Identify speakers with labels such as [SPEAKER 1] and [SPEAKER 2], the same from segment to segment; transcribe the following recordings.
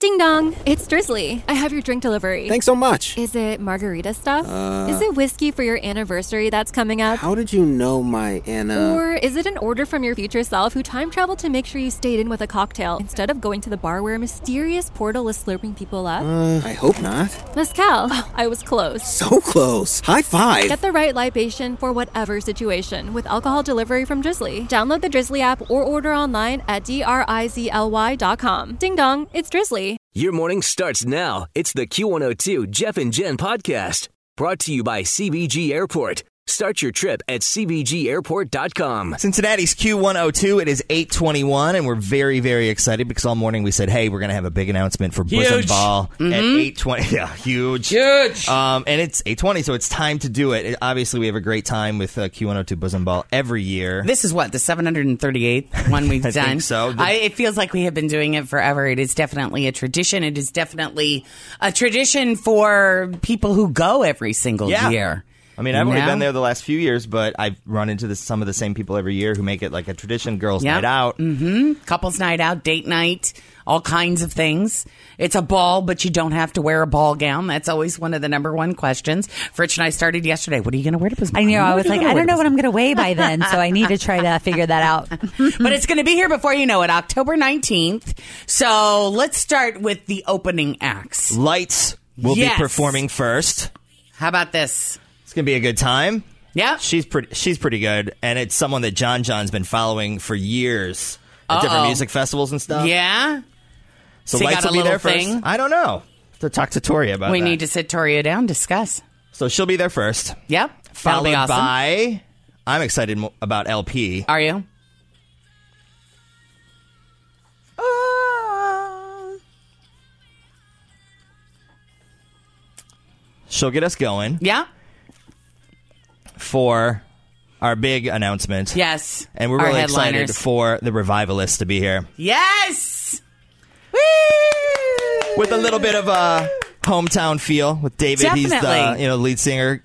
[SPEAKER 1] Ding dong, it's Drizzly. I have your drink delivery.
[SPEAKER 2] Thanks so much.
[SPEAKER 1] Is it margarita stuff?
[SPEAKER 2] Uh.
[SPEAKER 1] is it whiskey for your anniversary that's coming up?
[SPEAKER 2] How did you know my Anna?
[SPEAKER 1] Or is it an order from your future self who time traveled to make sure you stayed in with a cocktail instead of going to the bar where a mysterious portal is slurping people up?
[SPEAKER 2] Uh, I hope not.
[SPEAKER 1] Mezcal. Oh, I was close.
[SPEAKER 2] So close. High five.
[SPEAKER 1] Get the right libation for whatever situation with alcohol delivery from Drizzly. Download the Drizzly app or order online at drizly.com. Ding dong, it's Drizzly.
[SPEAKER 3] Your morning starts now. It's the Q102 Jeff and Jen podcast brought to you by CBG Airport. Start your trip at CBGAirport.com.
[SPEAKER 4] Cincinnati's Q102. It is 821, and we're very, very excited because all morning we said, hey, we're going to have a big announcement for Bosom
[SPEAKER 5] Huge. Mm-hmm.
[SPEAKER 4] Ball at 820. Yeah, huge.
[SPEAKER 5] Huge.
[SPEAKER 4] Um, and it's 820, so it's time to do it. It- Obviously, we have a great time with uh, Q102 Bosom Ball every year.
[SPEAKER 6] This is what the 738th one we've
[SPEAKER 4] I
[SPEAKER 6] done.
[SPEAKER 4] think so. The-
[SPEAKER 6] I, it feels like we have been doing it forever. It is definitely a tradition. It is definitely a tradition for people who go every single
[SPEAKER 4] Yeah.
[SPEAKER 6] year.
[SPEAKER 4] I mean, I've only
[SPEAKER 6] No.
[SPEAKER 4] been there the last few years, but I've run into the, some of the same people every year who make it like a tradition, girls'
[SPEAKER 6] Yeah.
[SPEAKER 4] night out.
[SPEAKER 5] Mm.
[SPEAKER 6] Couples night out, date night, all kinds of things. It's a ball, but you don't have to wear a ball gown. That's always one of the number one questions. Fritch and I started yesterday. What are you going to wear to Bosom?
[SPEAKER 7] I know.
[SPEAKER 6] Ball?
[SPEAKER 7] I
[SPEAKER 6] What
[SPEAKER 7] was
[SPEAKER 6] are you
[SPEAKER 7] like,
[SPEAKER 6] gonna
[SPEAKER 7] I
[SPEAKER 6] wear
[SPEAKER 7] don't
[SPEAKER 6] to
[SPEAKER 7] know what
[SPEAKER 6] Bosom
[SPEAKER 7] I'm going to weigh by then, so I need to try to figure that out.
[SPEAKER 6] but it's going to be here before you know it, October 19th. So let's start with the opening acts.
[SPEAKER 4] Lights will
[SPEAKER 6] Yes.
[SPEAKER 4] be performing first.
[SPEAKER 6] How about this?
[SPEAKER 4] It's going to be a good time.
[SPEAKER 6] Yeah.
[SPEAKER 4] She's pretty. She's pretty good, and it's someone that John John's been following for years at different
[SPEAKER 6] Uh-oh.
[SPEAKER 4] music festivals and stuff.
[SPEAKER 6] Yeah.
[SPEAKER 4] so
[SPEAKER 6] She
[SPEAKER 4] lights
[SPEAKER 6] got a
[SPEAKER 4] will be there
[SPEAKER 6] little thing?
[SPEAKER 4] first. I don't know. To talk to Tori about.
[SPEAKER 6] we
[SPEAKER 4] that.
[SPEAKER 6] need to sit Toria down, discuss.
[SPEAKER 4] So she'll be there first,
[SPEAKER 6] Yep. That'll
[SPEAKER 4] followed
[SPEAKER 6] be awesome.
[SPEAKER 4] by. I'm excited mo- about LP.
[SPEAKER 6] Are you?
[SPEAKER 4] She'll get us going
[SPEAKER 6] Yeah.
[SPEAKER 4] for our big announcement.
[SPEAKER 6] Yes.
[SPEAKER 4] and we're
[SPEAKER 6] Our
[SPEAKER 4] really
[SPEAKER 6] headliners.
[SPEAKER 4] excited for the revivalists to be here
[SPEAKER 6] Yes.
[SPEAKER 4] with a little bit of a hometown feel with David. He's the
[SPEAKER 6] Definitely.
[SPEAKER 4] you know lead singer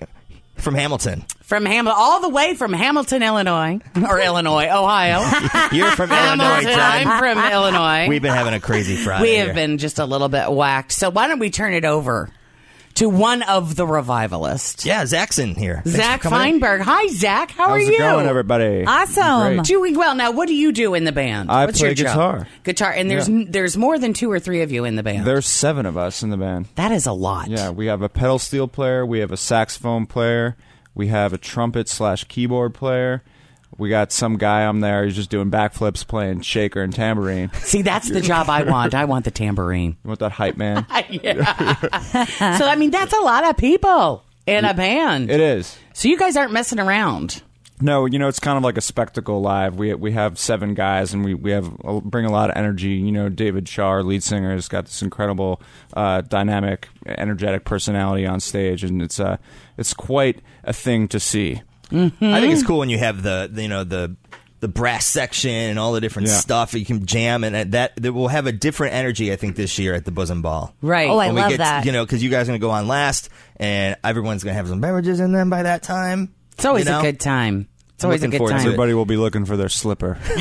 [SPEAKER 4] from Hamilton.
[SPEAKER 6] From Hamilton, all the way from Hamilton, Illinois, or Illinois, Ohio.
[SPEAKER 4] You're from Illinois,
[SPEAKER 6] Hamilton.
[SPEAKER 4] John.
[SPEAKER 6] I'm from Illinois.
[SPEAKER 4] We've been having a crazy Friday.
[SPEAKER 6] We have
[SPEAKER 4] here.
[SPEAKER 6] been just a little bit whacked. So why don't we turn it over to one of the revivalists,
[SPEAKER 4] Yeah, Zachson here. Thanks
[SPEAKER 6] Zach
[SPEAKER 4] for coming in.
[SPEAKER 6] Feinberg. Hi, Zach. How are
[SPEAKER 8] How's
[SPEAKER 6] you?
[SPEAKER 8] it going, everybody?
[SPEAKER 7] Awesome.
[SPEAKER 8] Great.
[SPEAKER 6] Doing well. Now, what do you do in the band?
[SPEAKER 8] I
[SPEAKER 6] What's
[SPEAKER 8] play
[SPEAKER 6] your job?
[SPEAKER 8] guitar.
[SPEAKER 6] Guitar, and there's
[SPEAKER 8] Yeah.
[SPEAKER 6] there's more than two or three of you in the band.
[SPEAKER 8] There's seven of us in the band.
[SPEAKER 6] that is a lot.
[SPEAKER 8] Yeah, we have a pedal steel player, we have a saxophone player, we have a trumpet slash keyboard player. We got some guy on there who's just doing backflips, playing shaker and tambourine.
[SPEAKER 6] See, that's the job I want. I want the tambourine.
[SPEAKER 8] You want that hype man?
[SPEAKER 6] Yeah. so I mean, that's a lot of people in a band.
[SPEAKER 8] It is.
[SPEAKER 6] So you guys aren't messing around.
[SPEAKER 8] No, you know it's kind of like a spectacle live. We we have seven guys, and we we have uh, bring a lot of energy. You know, David Shaw, our lead singer, has got this incredible, uh, dynamic, energetic personality on stage, and it's uh, it's quite a thing to see.
[SPEAKER 4] I think it's cool when you have the the, you know the the brass section and all the different
[SPEAKER 8] Yeah.
[SPEAKER 4] stuff that you can jam and that, that that will have a different energy. I think this year at the Bosom Ball.
[SPEAKER 6] Right.
[SPEAKER 7] Oh, I
[SPEAKER 4] When we
[SPEAKER 7] love
[SPEAKER 4] get,
[SPEAKER 7] that.
[SPEAKER 4] You know, because you guys are gonna go on last, and everyone's gonna have some beverages in them by that time.
[SPEAKER 6] It's always
[SPEAKER 4] you know?
[SPEAKER 6] a good time.
[SPEAKER 9] It's always
[SPEAKER 4] Looking
[SPEAKER 9] a good
[SPEAKER 4] forward to
[SPEAKER 9] time.
[SPEAKER 4] it.
[SPEAKER 6] Everybody will be looking for their slipper.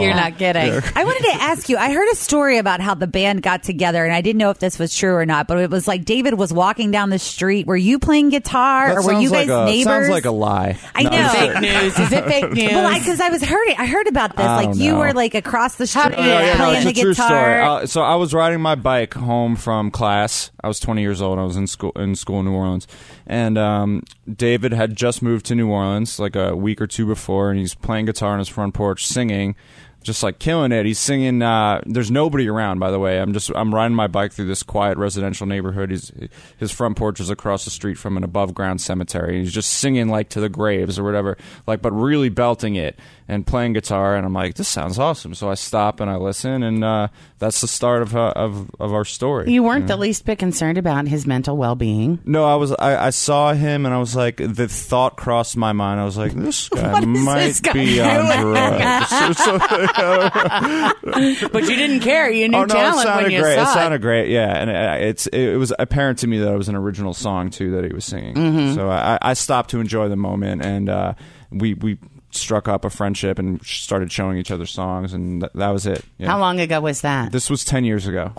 [SPEAKER 9] You're not kidding.
[SPEAKER 10] I wanted to ask you. I heard a story about how the band got together, and I didn't know if this was true or not. But it was like David was walking down the street. Were you playing guitar,
[SPEAKER 6] That
[SPEAKER 10] or were you
[SPEAKER 6] sounds like
[SPEAKER 10] guys
[SPEAKER 6] a-
[SPEAKER 10] neighbors?
[SPEAKER 6] Sounds like a lie.
[SPEAKER 10] I know.
[SPEAKER 6] I'm
[SPEAKER 9] Fake news. Is it fake news?
[SPEAKER 10] Well, because I, was heard I heard about this.
[SPEAKER 6] I
[SPEAKER 10] Like
[SPEAKER 6] don't
[SPEAKER 10] you
[SPEAKER 6] know.
[SPEAKER 10] were like across the street
[SPEAKER 9] Oh, yeah, yeah, no,
[SPEAKER 10] playing
[SPEAKER 6] it's
[SPEAKER 10] the
[SPEAKER 6] a true story.
[SPEAKER 10] guitar.
[SPEAKER 6] Uh, so I was riding my bike home from class. I was 20 years old. I was in school in school in New Orleans, and um, David had just moved to New Orleans like a week or two before, and he's playing guitar on his front porch, singing, just like killing it. He's singing. Uh, there's nobody around, by the way. I'm just I'm riding my bike through this quiet residential neighborhood. He's, his front porch is across the street from an above ground cemetery. He's just singing like to the graves or whatever, like but really belting it and playing guitar. And I'm like, this sounds awesome. So I stop and I listen, and uh, that's the start of uh, of of our story.
[SPEAKER 9] You weren't the least bit concerned about his mental well being.
[SPEAKER 6] no, I was I, I saw him and I was like the thought crossed my mind. I was like, this guy
[SPEAKER 9] What is
[SPEAKER 6] might
[SPEAKER 9] this guy
[SPEAKER 6] be on drugs. or something.
[SPEAKER 9] But you didn't care. You knew
[SPEAKER 6] oh no, it
[SPEAKER 9] talent
[SPEAKER 6] sounded
[SPEAKER 9] when you
[SPEAKER 6] great.
[SPEAKER 9] saw
[SPEAKER 6] It
[SPEAKER 9] it.
[SPEAKER 6] sounded great, yeah. And it, it's it, it was apparent to me that it was an original song too that he was singing.
[SPEAKER 10] Mm-hmm.
[SPEAKER 6] So I, I stopped to enjoy the moment, and uh, we we struck up a friendship and sh- started showing each other songs, and th- that was it. Yeah.
[SPEAKER 9] How long ago was that?
[SPEAKER 6] This was ten years ago.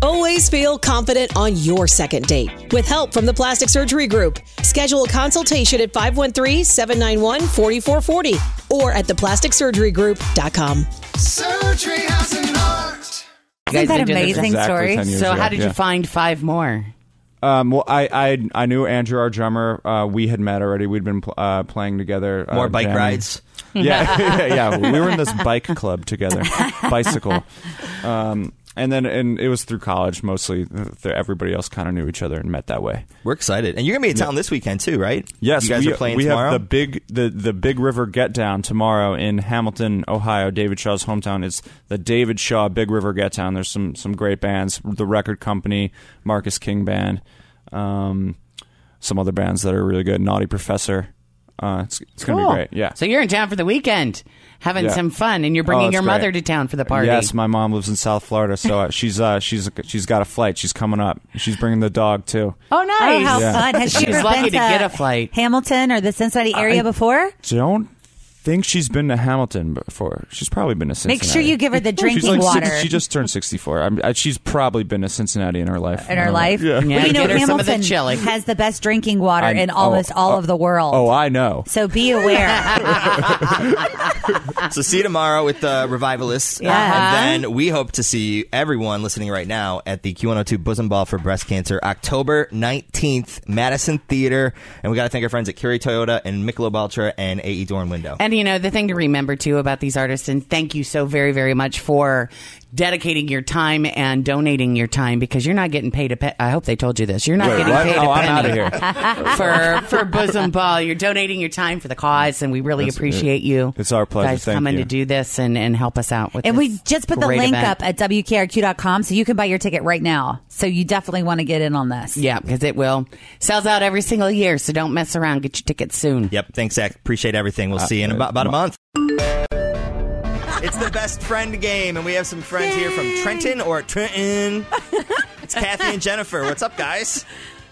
[SPEAKER 11] Always feel confident on your second date. With help from the Plastic Surgery Group, schedule a consultation at 513 791 4440 or at theplasticsurgerygroup.com.
[SPEAKER 12] Surgery has an art.
[SPEAKER 9] You guys
[SPEAKER 10] Isn't that
[SPEAKER 9] are doing this-
[SPEAKER 10] amazing
[SPEAKER 6] Exactly
[SPEAKER 10] story?
[SPEAKER 6] 10 years
[SPEAKER 9] So,
[SPEAKER 6] ago.
[SPEAKER 9] how did
[SPEAKER 6] Yeah.
[SPEAKER 9] you find five more?
[SPEAKER 6] Um, well, I, I I knew Andrew, our drummer. Uh, we had met already. We'd been pl- uh, playing together. Uh,
[SPEAKER 4] More bike
[SPEAKER 6] jamming.
[SPEAKER 4] rides.
[SPEAKER 6] Yeah, yeah, yeah. We were in this bike club together, bicycle. Um, and then and it was through college mostly. Th- Everybody else kind of knew each other and met that way.
[SPEAKER 4] We're excited, and you're gonna be in town this weekend too, right?
[SPEAKER 6] Yes,
[SPEAKER 4] you guys
[SPEAKER 6] we,
[SPEAKER 4] are playing
[SPEAKER 6] we
[SPEAKER 4] tomorrow.
[SPEAKER 6] have the big the the Big River Get Down tomorrow in Hamilton, Ohio, David Shaw's hometown. It's the David Shaw Big River Get Down. There's some some great bands, the Record Company, Marcus King Band, um, some other bands that are really good. Naughty Professor. Uh, it's it's gonna
[SPEAKER 9] Cool.
[SPEAKER 6] be great. Yeah.
[SPEAKER 9] So you're in town for the weekend, having
[SPEAKER 6] Yeah.
[SPEAKER 9] some fun, and you're
[SPEAKER 6] Oh,
[SPEAKER 9] bringing
[SPEAKER 6] it's
[SPEAKER 9] your
[SPEAKER 6] great.
[SPEAKER 9] mother to town for the party.
[SPEAKER 6] Yes, my mom lives in South Florida, so uh, she's uh, she's she's got a flight. She's coming up. She's bringing the dog too.
[SPEAKER 9] Oh, nice.
[SPEAKER 10] Oh, how
[SPEAKER 6] Yeah.
[SPEAKER 10] fun! Has she
[SPEAKER 9] She's
[SPEAKER 10] ever
[SPEAKER 9] lucky
[SPEAKER 10] been
[SPEAKER 9] to get a flight.
[SPEAKER 10] Hamilton or the Cincinnati area before?
[SPEAKER 6] Don't think she's been to Hamilton before. She's probably been to Cincinnati.
[SPEAKER 10] Make sure you give her the drinking
[SPEAKER 6] she's like,
[SPEAKER 10] water.
[SPEAKER 6] She just turned 64. I'm, I, she's probably been to Cincinnati in her life. Uh-huh.
[SPEAKER 10] in her life,
[SPEAKER 6] Yeah.
[SPEAKER 9] Yeah,
[SPEAKER 10] we know
[SPEAKER 9] get her some of the
[SPEAKER 10] Hamilton
[SPEAKER 9] chili.
[SPEAKER 10] has the best drinking water
[SPEAKER 6] I-
[SPEAKER 10] in
[SPEAKER 6] oh,
[SPEAKER 10] almost all of the world.
[SPEAKER 6] Oh, I know.
[SPEAKER 10] so be aware.
[SPEAKER 9] Ah.
[SPEAKER 4] So see you tomorrow with the Revivalists. Uh,
[SPEAKER 10] Yeah.
[SPEAKER 4] And then we hope to see you, everyone listening right now at the Q102 Bosom Ball for Breast Cancer, October 19th, Madison Theater. And we got to thank our friends at Curie Toyota and Michelob Ultra and AE Door and Window.
[SPEAKER 9] And you know, the thing to remember too about these artists, and thank you so very, very much for dedicating your time and donating your time because you're not getting paid a pe- I hope they told you this. You're not
[SPEAKER 6] Wait,
[SPEAKER 9] getting
[SPEAKER 6] what?
[SPEAKER 9] paid
[SPEAKER 6] Oh,
[SPEAKER 9] a E
[SPEAKER 6] I'm
[SPEAKER 9] penny
[SPEAKER 6] outta here.
[SPEAKER 9] for for bosom ball. You're donating your time for the cause, and we really
[SPEAKER 6] That's-
[SPEAKER 9] appreciate you.
[SPEAKER 6] it's our pleasure.
[SPEAKER 9] Guys
[SPEAKER 6] Thank
[SPEAKER 9] coming
[SPEAKER 6] you.
[SPEAKER 9] to do this and and help us out with.
[SPEAKER 10] and we
[SPEAKER 9] this
[SPEAKER 10] just put the
[SPEAKER 9] great
[SPEAKER 10] link
[SPEAKER 9] event.
[SPEAKER 10] up at wkrq.com, so you can buy your ticket right now. So you definitely want to get in on this.
[SPEAKER 9] Yeah, because it will sells out every single year. So don't mess around. Get your tickets soon.
[SPEAKER 4] Yep. Thanks, Zach. Appreciate everything.
[SPEAKER 6] Uh,
[SPEAKER 4] We'll see you in about, about a month. It's the best friend game, and we have some friends here from Trenton or Trenton. It's Kathy and Jennifer. What's up, guys?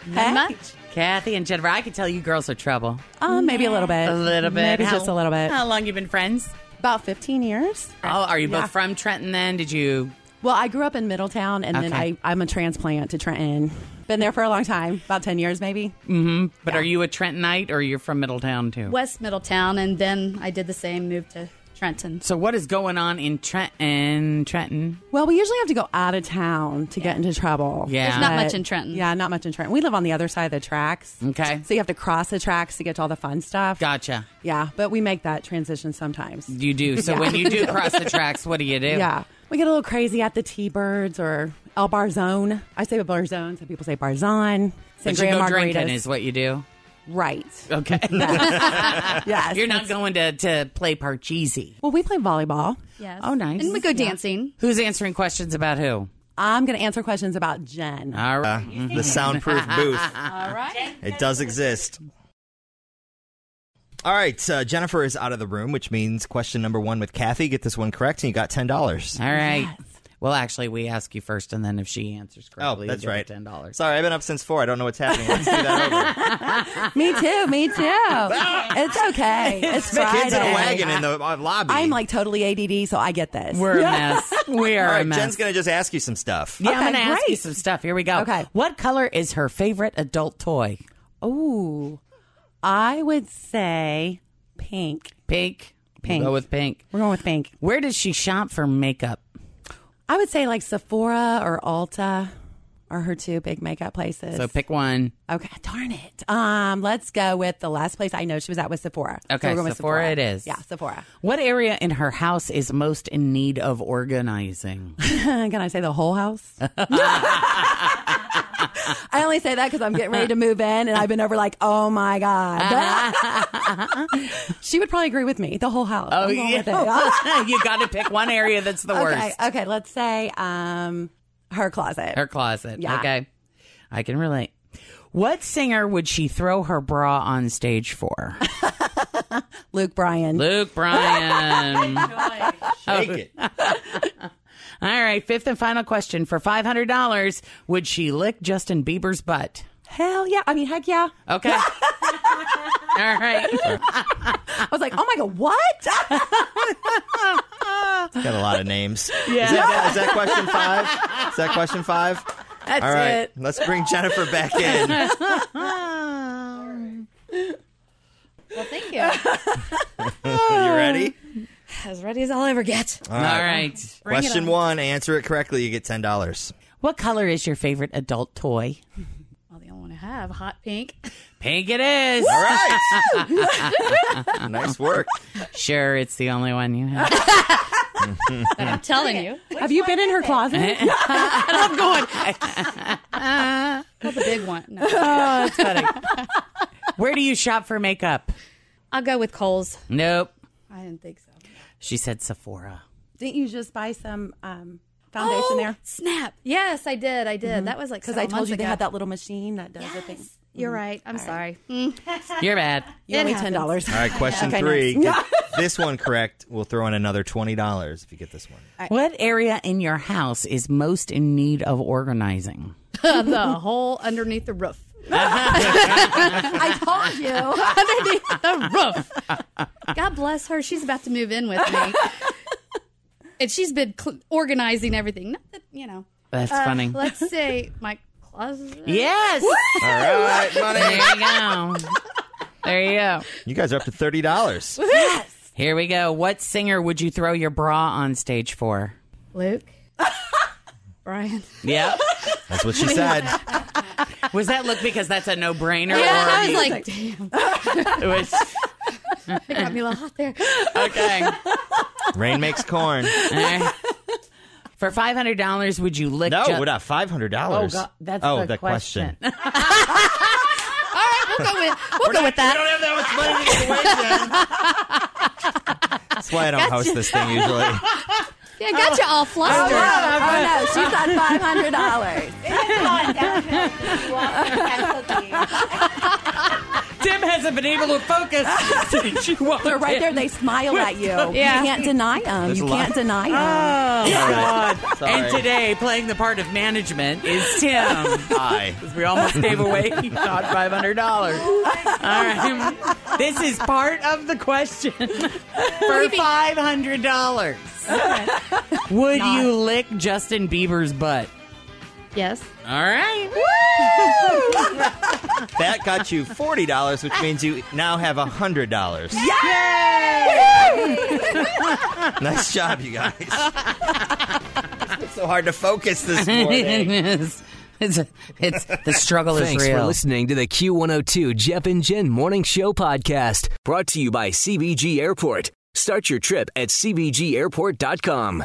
[SPEAKER 9] Not much. Kathy and Jennifer, I can tell you girls are trouble.
[SPEAKER 1] Um, maybe a little bit.
[SPEAKER 9] A little bit.
[SPEAKER 1] Maybe
[SPEAKER 9] How-
[SPEAKER 1] just a little bit.
[SPEAKER 9] How long you been friends?
[SPEAKER 1] About 15 years.
[SPEAKER 9] Oh, are you both from Trenton then? Did you?
[SPEAKER 1] Well, I grew up in Middletown, and then I,
[SPEAKER 9] Okay. I'm
[SPEAKER 1] I'm a transplant to Trenton. Been there for a long time, about 10 years maybe.
[SPEAKER 9] Mm-hmm. But are you a Trentonite or you're from Middletown too?
[SPEAKER 1] West Middletown, and then I did the same, moved to Trenton.
[SPEAKER 9] So what is going on in Trenton? Trenton?
[SPEAKER 1] Well, we usually have to go out of town to get into trouble.
[SPEAKER 9] Yeah. There's not
[SPEAKER 1] But-
[SPEAKER 9] much
[SPEAKER 11] in Trenton.
[SPEAKER 1] Yeah, not much in Trenton. We live on the other side of the tracks.
[SPEAKER 9] Okay.
[SPEAKER 1] So you have to cross the tracks to get to all the fun stuff.
[SPEAKER 9] Gotcha.
[SPEAKER 1] Yeah, but we make that transition sometimes.
[SPEAKER 9] You do. So when you do cross the tracks, what do you do?
[SPEAKER 1] Yeah. We get a little crazy at the T-Birds or El Barzone. I say Barzone. Some people say Barzon.
[SPEAKER 9] But you
[SPEAKER 1] Sangria
[SPEAKER 9] go
[SPEAKER 1] margaritas.
[SPEAKER 9] drinking is what you do.
[SPEAKER 1] right.
[SPEAKER 9] Okay.
[SPEAKER 1] Yes.
[SPEAKER 9] you're not going to to play Parcheesi.
[SPEAKER 1] Well, we play volleyball.
[SPEAKER 11] Yes.
[SPEAKER 9] Oh, nice. And we go
[SPEAKER 11] dancing.
[SPEAKER 9] Who's answering questions about who?
[SPEAKER 1] I'm going to answer questions about Jen.
[SPEAKER 9] All right.
[SPEAKER 4] The soundproof booth.
[SPEAKER 1] All right.
[SPEAKER 4] It does exist. All right, uh, Jennifer is out of the room, which means question number one with Kathy. Get this one correct, and you got ten dollars.
[SPEAKER 9] All right.
[SPEAKER 6] Well, actually, we ask you first, and then if she answers
[SPEAKER 4] Oh,
[SPEAKER 6] correctly, you
[SPEAKER 4] that's
[SPEAKER 6] give her
[SPEAKER 4] right.
[SPEAKER 6] Ten dollars.
[SPEAKER 4] Sorry, I've been up since four. I don't know what's happening. Let's do that over.
[SPEAKER 10] me too. Me too. It's okay. It's
[SPEAKER 4] My
[SPEAKER 10] Friday.
[SPEAKER 4] kids in a wagon in the uh, lobby.
[SPEAKER 10] I'm like totally ADD, so I get this.
[SPEAKER 6] We're a mess. We are
[SPEAKER 4] All
[SPEAKER 6] a
[SPEAKER 4] right,
[SPEAKER 6] mess.
[SPEAKER 4] Jen's gonna just ask you some stuff.
[SPEAKER 6] yeah, I'm
[SPEAKER 10] Okay,
[SPEAKER 6] going to ask you
[SPEAKER 10] great.
[SPEAKER 6] some stuff. Here we go. Okay. What color is her favorite adult toy?
[SPEAKER 10] Oh, I would say pink.
[SPEAKER 6] Pink.
[SPEAKER 10] Pink.
[SPEAKER 6] We'll go with pink.
[SPEAKER 10] We're going with pink.
[SPEAKER 6] Where does she shop for makeup?
[SPEAKER 10] I would say like Sephora or Ulta are her two big makeup places.
[SPEAKER 6] So pick one.
[SPEAKER 10] Okay, darn it. Um, let's go with the last place I know she was at was Sephora. So
[SPEAKER 6] Okay,
[SPEAKER 10] we're going with
[SPEAKER 6] Sephora it is.
[SPEAKER 10] Yeah, Sephora.
[SPEAKER 6] What area in her house is most in need of organizing?
[SPEAKER 10] Can I say the whole house? I only say that because I'm getting ready to move in, and I've been over like, oh my god. she would probably agree with me. The whole house.
[SPEAKER 6] Oh,
[SPEAKER 10] I'm going with it.
[SPEAKER 6] you got to pick one area that's the
[SPEAKER 10] okay,
[SPEAKER 6] worst.
[SPEAKER 10] okay. Let's say um, her closet.
[SPEAKER 6] Her closet.
[SPEAKER 10] Yeah.
[SPEAKER 6] Okay. I can relate. What singer would she throw her bra on stage for?
[SPEAKER 10] Luke Bryan.
[SPEAKER 6] Luke Bryan.
[SPEAKER 4] Shake it.
[SPEAKER 6] All right, fifth and final question. For $500, would she lick Justin Bieber's butt?
[SPEAKER 10] Hell yeah. I mean, heck yeah.
[SPEAKER 6] Okay. All right.
[SPEAKER 10] I was like, oh my god, what?
[SPEAKER 4] It's got a lot of names.
[SPEAKER 6] Yeah.
[SPEAKER 4] Is that, is that question five? Is that question five?
[SPEAKER 6] That's
[SPEAKER 4] All right,
[SPEAKER 6] it.
[SPEAKER 4] let's bring Jennifer back in.
[SPEAKER 13] Well, thank you.
[SPEAKER 4] you ready?
[SPEAKER 13] as ready as I'll ever get.
[SPEAKER 6] All right.
[SPEAKER 4] Question one, answer it correctly, you get ten dollars.
[SPEAKER 6] What color is your favorite adult toy?
[SPEAKER 13] Well, the only one I have, hot pink.
[SPEAKER 6] Pink it is.
[SPEAKER 4] All right. nice work.
[SPEAKER 6] Sure, it's the only one you have.
[SPEAKER 13] I'm telling you.
[SPEAKER 10] Have you been in her closet?
[SPEAKER 6] I'm going.
[SPEAKER 13] Not the big one. No.
[SPEAKER 6] That's funny. Where do you shop for makeup?
[SPEAKER 13] I'll go with Cole's.
[SPEAKER 6] Nope.
[SPEAKER 13] I didn't think so.
[SPEAKER 6] She said Sephora.
[SPEAKER 10] Didn't you just buy some um, foundation there?
[SPEAKER 13] Oh, Snap. Yes, I did. I did. That was like
[SPEAKER 10] Because
[SPEAKER 13] several
[SPEAKER 10] I told
[SPEAKER 13] months
[SPEAKER 10] you they
[SPEAKER 13] ago.
[SPEAKER 10] had that little machine that does the thing.
[SPEAKER 13] Yes. You're right. I'm sorry.
[SPEAKER 6] You're bad.
[SPEAKER 10] You
[SPEAKER 13] It
[SPEAKER 10] owe me ten
[SPEAKER 13] happens.
[SPEAKER 10] dollars.
[SPEAKER 4] All right, question three. Get this one correct. We'll throw in another twenty dollars if you get this one.
[SPEAKER 6] What area in your house is most in need of organizing?
[SPEAKER 13] Uh, the hole underneath the roof.
[SPEAKER 10] I told you.
[SPEAKER 13] underneath the roof. God bless her. She's about to move in with me. And she's been cl- organizing everything. Not that, you know.
[SPEAKER 6] That's
[SPEAKER 13] Uh,
[SPEAKER 6] funny.
[SPEAKER 13] Let's say my closet.
[SPEAKER 6] Yes.
[SPEAKER 4] All right, money.
[SPEAKER 6] There you go. There you go.
[SPEAKER 4] You guys are up to thirty dollars.
[SPEAKER 6] Here we go. What singer would you throw your bra on stage for?
[SPEAKER 13] Luke. Brian.
[SPEAKER 6] Yep.
[SPEAKER 4] That's what she said.
[SPEAKER 6] Was that look because that's a no brainer?
[SPEAKER 13] Yeah,
[SPEAKER 6] or
[SPEAKER 13] I was like, damn,
[SPEAKER 6] it was,
[SPEAKER 13] it got me a little hot there.
[SPEAKER 6] okay.
[SPEAKER 4] Rain makes corn.
[SPEAKER 6] All right. For five hundred dollars, would you lick?
[SPEAKER 4] No,
[SPEAKER 6] Ju-
[SPEAKER 4] what up? Five hundred dollars.
[SPEAKER 6] Oh, God, that's
[SPEAKER 4] oh,
[SPEAKER 6] the
[SPEAKER 4] that question.
[SPEAKER 13] We'll go with, we'll go with that.
[SPEAKER 4] have that much money to give away, That's why I don't host this thing usually.
[SPEAKER 13] Yeah, got you all flustered.
[SPEAKER 10] Oh no, she's on five hundred dollars.
[SPEAKER 6] Tim hasn't been able to focus since you walked
[SPEAKER 10] They're right
[SPEAKER 6] in.
[SPEAKER 10] there. They smile at you.
[SPEAKER 13] Yeah.
[SPEAKER 10] You can't deny them.
[SPEAKER 4] There's
[SPEAKER 10] You
[SPEAKER 4] a lot. Ah.
[SPEAKER 10] can't deny them.
[SPEAKER 4] All
[SPEAKER 6] God.
[SPEAKER 4] right.
[SPEAKER 6] And
[SPEAKER 4] Sorry.
[SPEAKER 6] today, playing the part of management is Tim.
[SPEAKER 4] Hi.
[SPEAKER 6] We almost gave away not five hundred dollars. All right, this is part of the question for five hundred dollars. Would you lick Justin Bieber's butt?
[SPEAKER 13] Yes.
[SPEAKER 6] All right,
[SPEAKER 4] That got you forty dollars, which means you now have hundred dollars. Nice job, you guys. it's been so hard to focus this morning.
[SPEAKER 6] it's, it's, it's the struggle
[SPEAKER 3] Thanks
[SPEAKER 6] is
[SPEAKER 3] for
[SPEAKER 6] real.
[SPEAKER 3] listening to the Q102 Jeff and Jen Morning Show podcast, brought to you by CBG Airport. Start your trip at CBGAirport.com.